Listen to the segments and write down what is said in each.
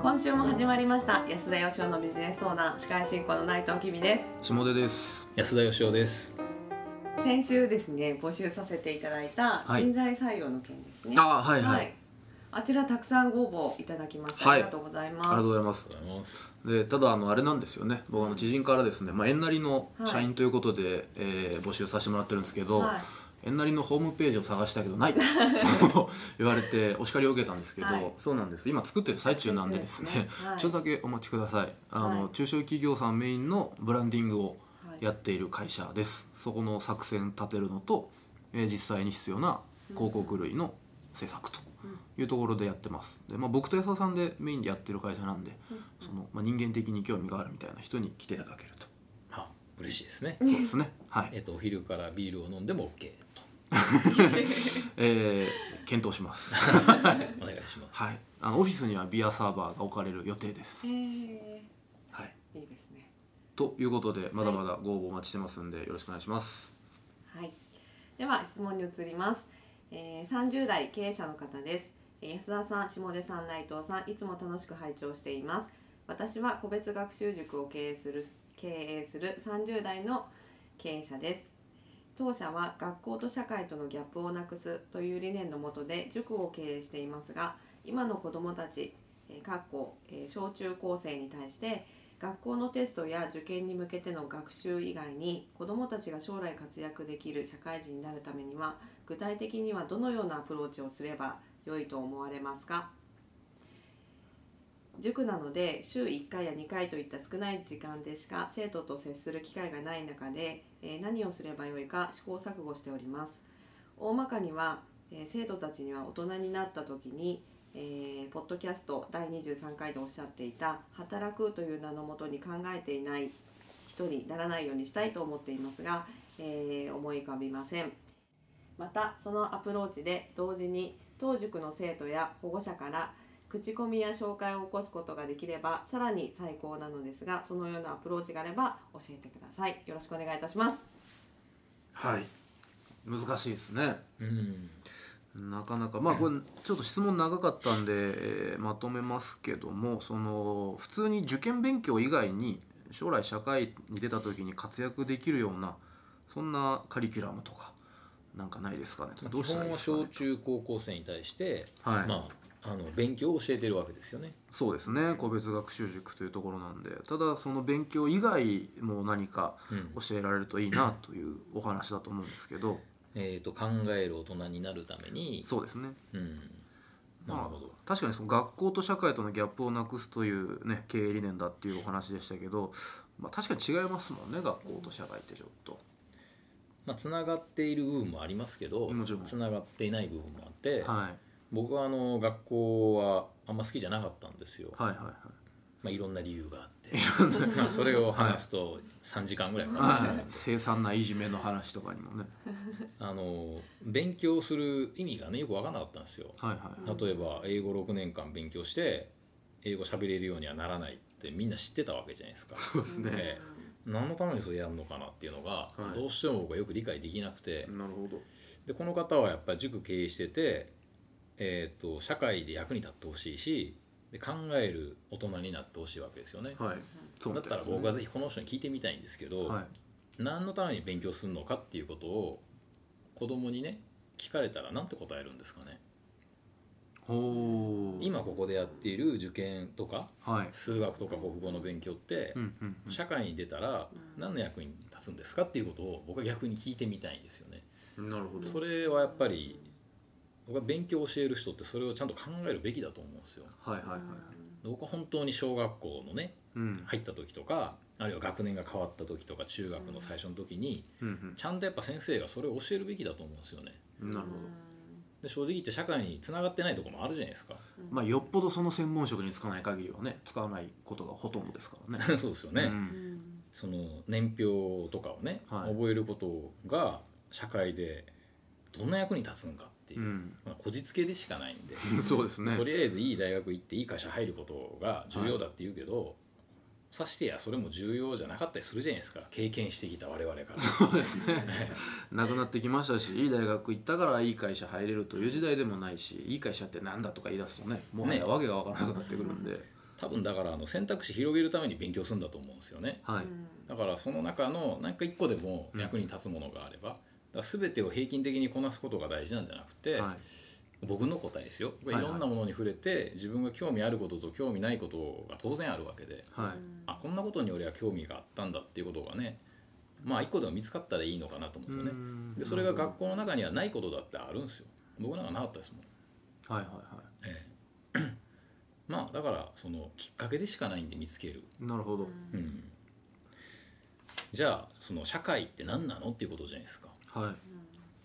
今週も始まりました安田義生のビジネス相談司会進行の内藤きみです下出です。安田義雄です。先週ですね募集させていただいたはい人材採用の件ですね、あー、はいはい、あちらたくさんご応募いただきました、はいありがとうございありがまとうすございますあ。りがとうございます。で、ただあのあれなんですよね。僕あの知人からですね、まあ円なりの社員ということで、えー募集させてもらってるんですけど、はい円なりのホームページを探したけどないと 言われてお叱りを受けたんですけど、はいそうなんです。今作ってる最中なんでですね、最中ですねはいちょっとだけお待ちください。あの、はい中小企業さんメインのブランディングをはいやっている会社です。そこの作戦立てるのと、えー実際に必要な広告類の制作と。うんいうところでやってますで、まあ、僕と安田さんでメインでやってる会社なんで、うんそのまあ、人間的に興味があるみたいな人に来ていただけるとあ、嬉しいですね。そうですねはえい、っとお昼からビールを飲んでも OK とえー、検討し ます、お願いします。はい、あのオフィスにはビアサーバーが置かれる予定です、えはい、ー、いいですねということでまだまだご応募お待ちしてますんでよろしくお願いしますはい。では質問に移ります。えー、30代経営者の方です。えー安田さん、下出さん、内藤さん、いつも楽しく拝聴しています。私は個別学習塾を経営する経営する30代の経営者です。当社は学校と社会とのギャップをなくすという理念のもとで塾を経営していますが、今の子どもたち、えーかっこえー小中高生に対して学校のテストや受験に向けての学習以外に子どもたちが将来活躍できる社会人になるためには具体的にはどのようなアプローチをすれば良いと思われますか塾なので週1回や2回といった少ない時間でしか生徒と接する機会がない中で、えー何をすればよいか試行錯誤しております大まかには、えー生徒たちには大人になった時にえーポッドキャスト第23回でおっしゃっていた「働く」という名のもとに考えていない人にならないようにしたいと思っていますが、えー思い浮かびませんまたそのアプローチで同時に当塾の生徒や保護者から口コミや紹介を起こすことができればさらに最高なのですがそのようなアプローチがあれば教えてくださいよろしくお願いいたしますはい難しいですねうん。なかなかまあこれちょっと質問長かったんで、えーまとめますけどもその普通に受験勉強以外に将来社会に出た時に活躍できるようなそんなカリキュラムとかなんかないですかねまあどうし基たらい本いではすかね小中高校生に対して、はい、まああの勉強を教えてるわけですよね。そうですね個別学習塾というところなんでただその勉強以外も何かうん。教えられるといいなというお話だと思うんですけどえっ、と考える大人になるために、そうですねうん。なるまほど。あ、確かにその学校と社会とのギャップをなくすという、ね、経営理念だっていうお話でしたけど、まあ、確かに違いますもんね学校と社会ってちょっと。まあつながっている部分もありますけどもちろん、つながっていない部分もあって、はい、僕はあの学校はあんま好きじゃなかったんですよ。はいはいはまあいろんな理由があって、まあそれを話すと3時間ぐらいかかるんですい、はけどい、凄惨ないじめの話とかにもね。あの勉強する意味がねよく分からなかったんですよはいはい例えば英語6年間勉強して英語喋れるようにはならないってみんな知ってたわけじゃないですかそうですね。え何のためにそれやるのかなっていうのが、はいどうしても僕はよく理解できなくてなるほど。でこの方はやっぱり塾経営してて、えー、と社会で役に立ってほしいしで考える大人になってほしいわけですよねはい。そうだみっいたらですね僕はぜひこの人に聞いてみたいんですけど、はい。何のために勉強するのかっていうことを子供にね聞かれたらなんて答えるんですかねほう。今ここでやっている受験とかはい。数学とか国語の勉強ってうんうんうん。社会に出たらうん何の役に立つんですかっていうことを僕は逆に聞いてみたいんですよねなるほそれはやっぱり僕は勉強を教える人ってそれをちゃんと考えるべきだと思うんですよはいはいはい。僕は本当に小学校のねうん。入った時とかあるいは学年が変わった時とか中学の最初の時にうんちゃんとやっぱ先生がそれを教えるべきだと思うんですよねうん。なるほど。で正直言って社会に繋がってないところもあるじゃないですか まあよっぽどその専門職に就かない限りはね使わないことがほとんどですから ね。そうですよね、うんその年表とかをね、はい覚えることが社会でどんな役に立つのかっていう、うんまあ、こじつけでしかないんで、 そうですねと。りあえずいい大学行っていい会社入ることが重要だって言うけど、さしてやそれも重要じゃなかったりするじゃないですか経験してきた我々から。そうですね。なくなってきましたし、いい大学行ったからいい会社入れるという時代でもないし、いい会社ってなんだとか言い出すとね、もはやねわけがわからなくなってくるんで、多分だからあの選択肢広げるために勉強するんだと思うんですよねはい、だからその中の何か一個でも役に立つものがあれば、だから全てを平均的にこなすことが大事なんじゃなくて、はい僕の答えですよ、はいはいいろんなものに触れて自分が興味あることと興味ないことが当然あるわけではいあこんなことに俺は興味があったんだっていうことがねまあ一個でも見つかったらいいのかなと思うんですよねんでそれが学校の中にはないことだってあるんですよ僕なんかなかったですもん、はいはいはえ えまあだからそのきっかけでしかないんで見つけるいなるほど、うんじゃあその社会って何なのっていうことじゃないですかはい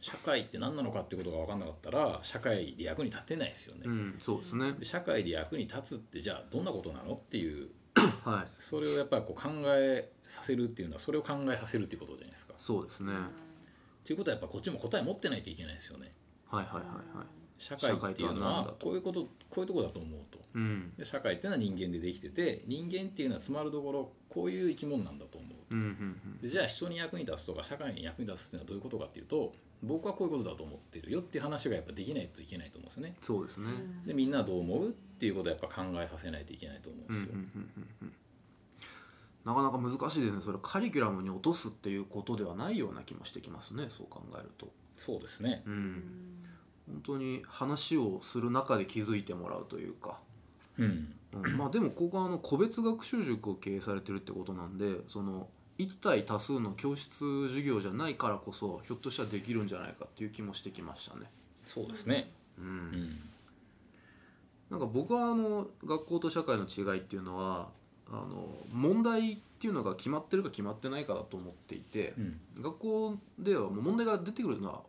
社会って何なのかってことが分かんなかったら社会で役に立てないですよね、うんそうですねで社会で役に立つってじゃあどんなことなのっていうはいそれをやっぱりこう考えさせるっていうのはそれを考えさせるっていうことじゃないですか。そうですね、ということはやっぱこっちも答え持ってないといけないですよね。はいはいはいはい社会ってい社うの会とは何だはとこういうことこういうとこだと思うと。うんで社会っていうのは人間でできてて人間っていうのはつまるところこういう生き物なんだと思う。うんうんうんでじゃあ人に役に立つとか社会に役に立つっていうのはどういうことかっていうと僕はこういうことだと思ってるよっていう話がやっぱできないといけないと思うんですよね。そうですねでみんなはどう思うっていうことをやっぱ考えさせないといけないと思ううんうんんうですよ。んうんうんなかなか難しいですねそれカリキュラムに落とすっていうことではないような気もしてきますねそう考えるとそうですね。うん本当に話をする中で気づいてもらうというかうん。 うんまあでもここはあの個別学習塾を経営されてるってことなんでその一対多数の教室授業じゃないからこそひょっとしたらできるんじゃないかっていう気もしてきましたね。そうですね。う、うんん。なんか僕はあの学校と社会の違いっていうのはあの問題っていうのが決まってるか決まってないかだと思っていてうん。学校ではもう問題が出てくるのは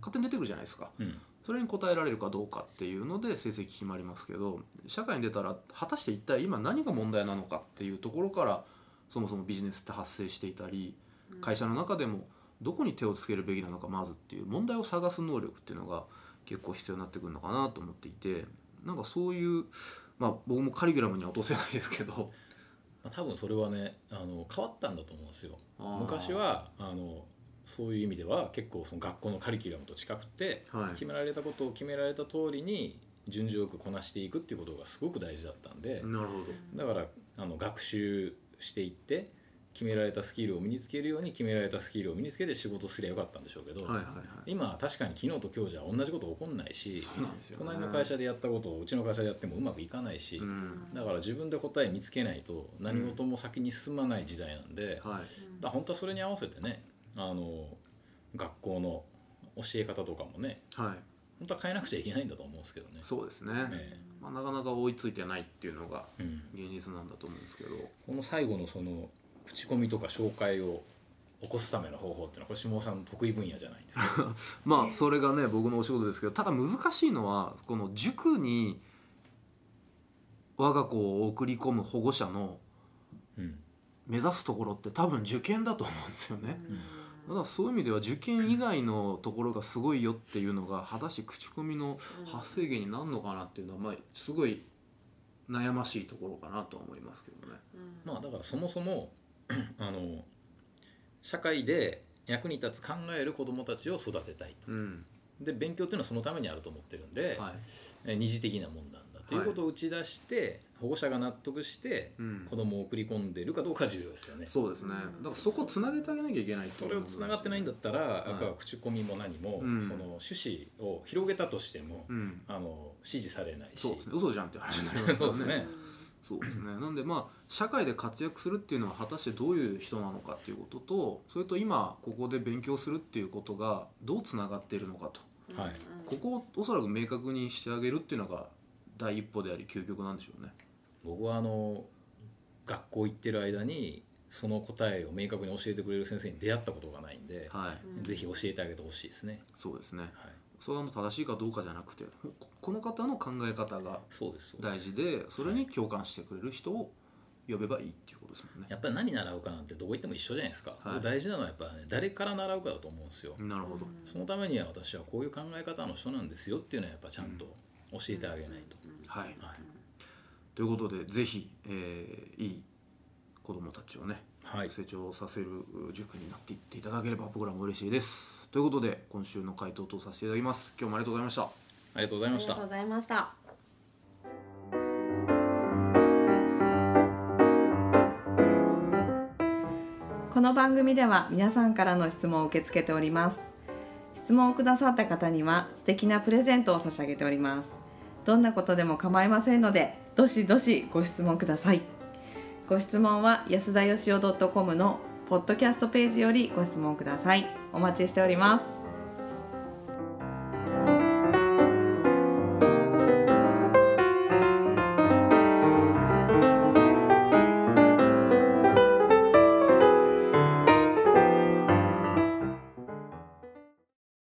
勝手に出てくるじゃないですか。うん。それに応えられるかどうかっていうので成績決まりますけど社会に出たら果たして一体今何が問題なのかっていうところからそもそもビジネスって発生していたり会社の中でもどこに手をつけるべきなのかまずっていう問題を探す能力っていうのが結構必要になってくるのかなと思っていてなんかそういうまあ僕もカリキュラムには落とせないですけどまあ多分それはね、あの変わったんだと思うんですよ。 昔はあのそういう意味では結構その学校のカリキュラムと近くて、はい決められたことを決められた通りに順序よくこなしていくっていうことがすごく大事だったんで、なるほどだからあの学習していって。決められたスキルを身につけるように決められたスキルを身につけて仕事すりゃよかったんでしょうけど、はいはいはい今は確かに昨日と今日じゃ同じこと起こんないしそうなんですよね隣の会社でやったことをうちの会社でやってもうまくいかないし、うんだから自分で答え見つけないと何事も先に進まない時代なんで、だかはいら本当はそれに合わせてねあの学校の教え方とかもねはい本当は変えなくちゃいけないんだと思うんですけどね。そうですねえまあなかなか追いついてないっていうのがえうん現実なんだと思うんですけどこの最後のその口コミとか紹介を起こすための方法っていうのはこれ下尾さんの得意分野じゃないんですか。まあそれがね僕のお仕事ですけどただ難しいのはこの塾に我が子を送り込む保護者のうん目指すところって多分受験だと思うんですよね。だからそういう意味では受験以外のところがすごいよっていうのが果たして口コミの発生源になるのかなっていうのはまあすごい悩ましいところかなとは思いますけどね。まあだからそもそも あの社会で役に立つ考える子どもたちを育てたいとうん、で勉強っていうのはそのためにあると思ってるんで、はい、えー二次的なもんなんだということを打ち出して、保護者が納得してうん子、どもを送り込んでるかどうかは重要ですよね。そうですね。だからそこつなげてあげなきゃいけないってそことれをなんですつよねながってないんだったら、いやっぱ口コミも何も、うんその趣旨を広げたとしても、うん。あの支持されないしそうですね嘘じゃんって話になりますから そうですねそうですねなんでまあ社会で活躍するっていうのは果たしてどういう人なのかっていうこととそれと今ここで勉強するっていうことがどうつながっているのかとはいここをおそらく明確にしてあげるっていうのが第一歩であり究極なんでしょうね。僕はあの学校行ってる間にその答えを明確に教えてくれる先生に出会ったことがないんで、はい、ぜひ教えてあげてほしいですね、そうですねはい、それはあの正しいかどうかじゃなくてここの方の考え方がそうですそうです大事でそれに共感してくれる人を呼べばいいっていうことですもんね。やっぱり何習うかなんてどこ行っても一緒じゃないですか、はい大事なのはやっぱね誰から習うかだと思うんですよ、なるほど。そのためには私はこういう考え方の人なんですよっていうのはやっぱちゃんと教えてあげないと、はいはいということでぜひ、えーいい子どもたちをねはい成長させる塾になっていっていただければ僕らも嬉しいですということで今週の回答とさせていただきます今日もありがとうございましたありがとうございあまりしがたとうございました。この番組では皆さんからの質問を受け付けております質問をくださった方には素敵なプレゼントを差し上げておりますどんなことでも構いませんのでどしどしご質問くださいご質問は安田よしお .com のポッドキャストページよりご質問くださいお待ちしております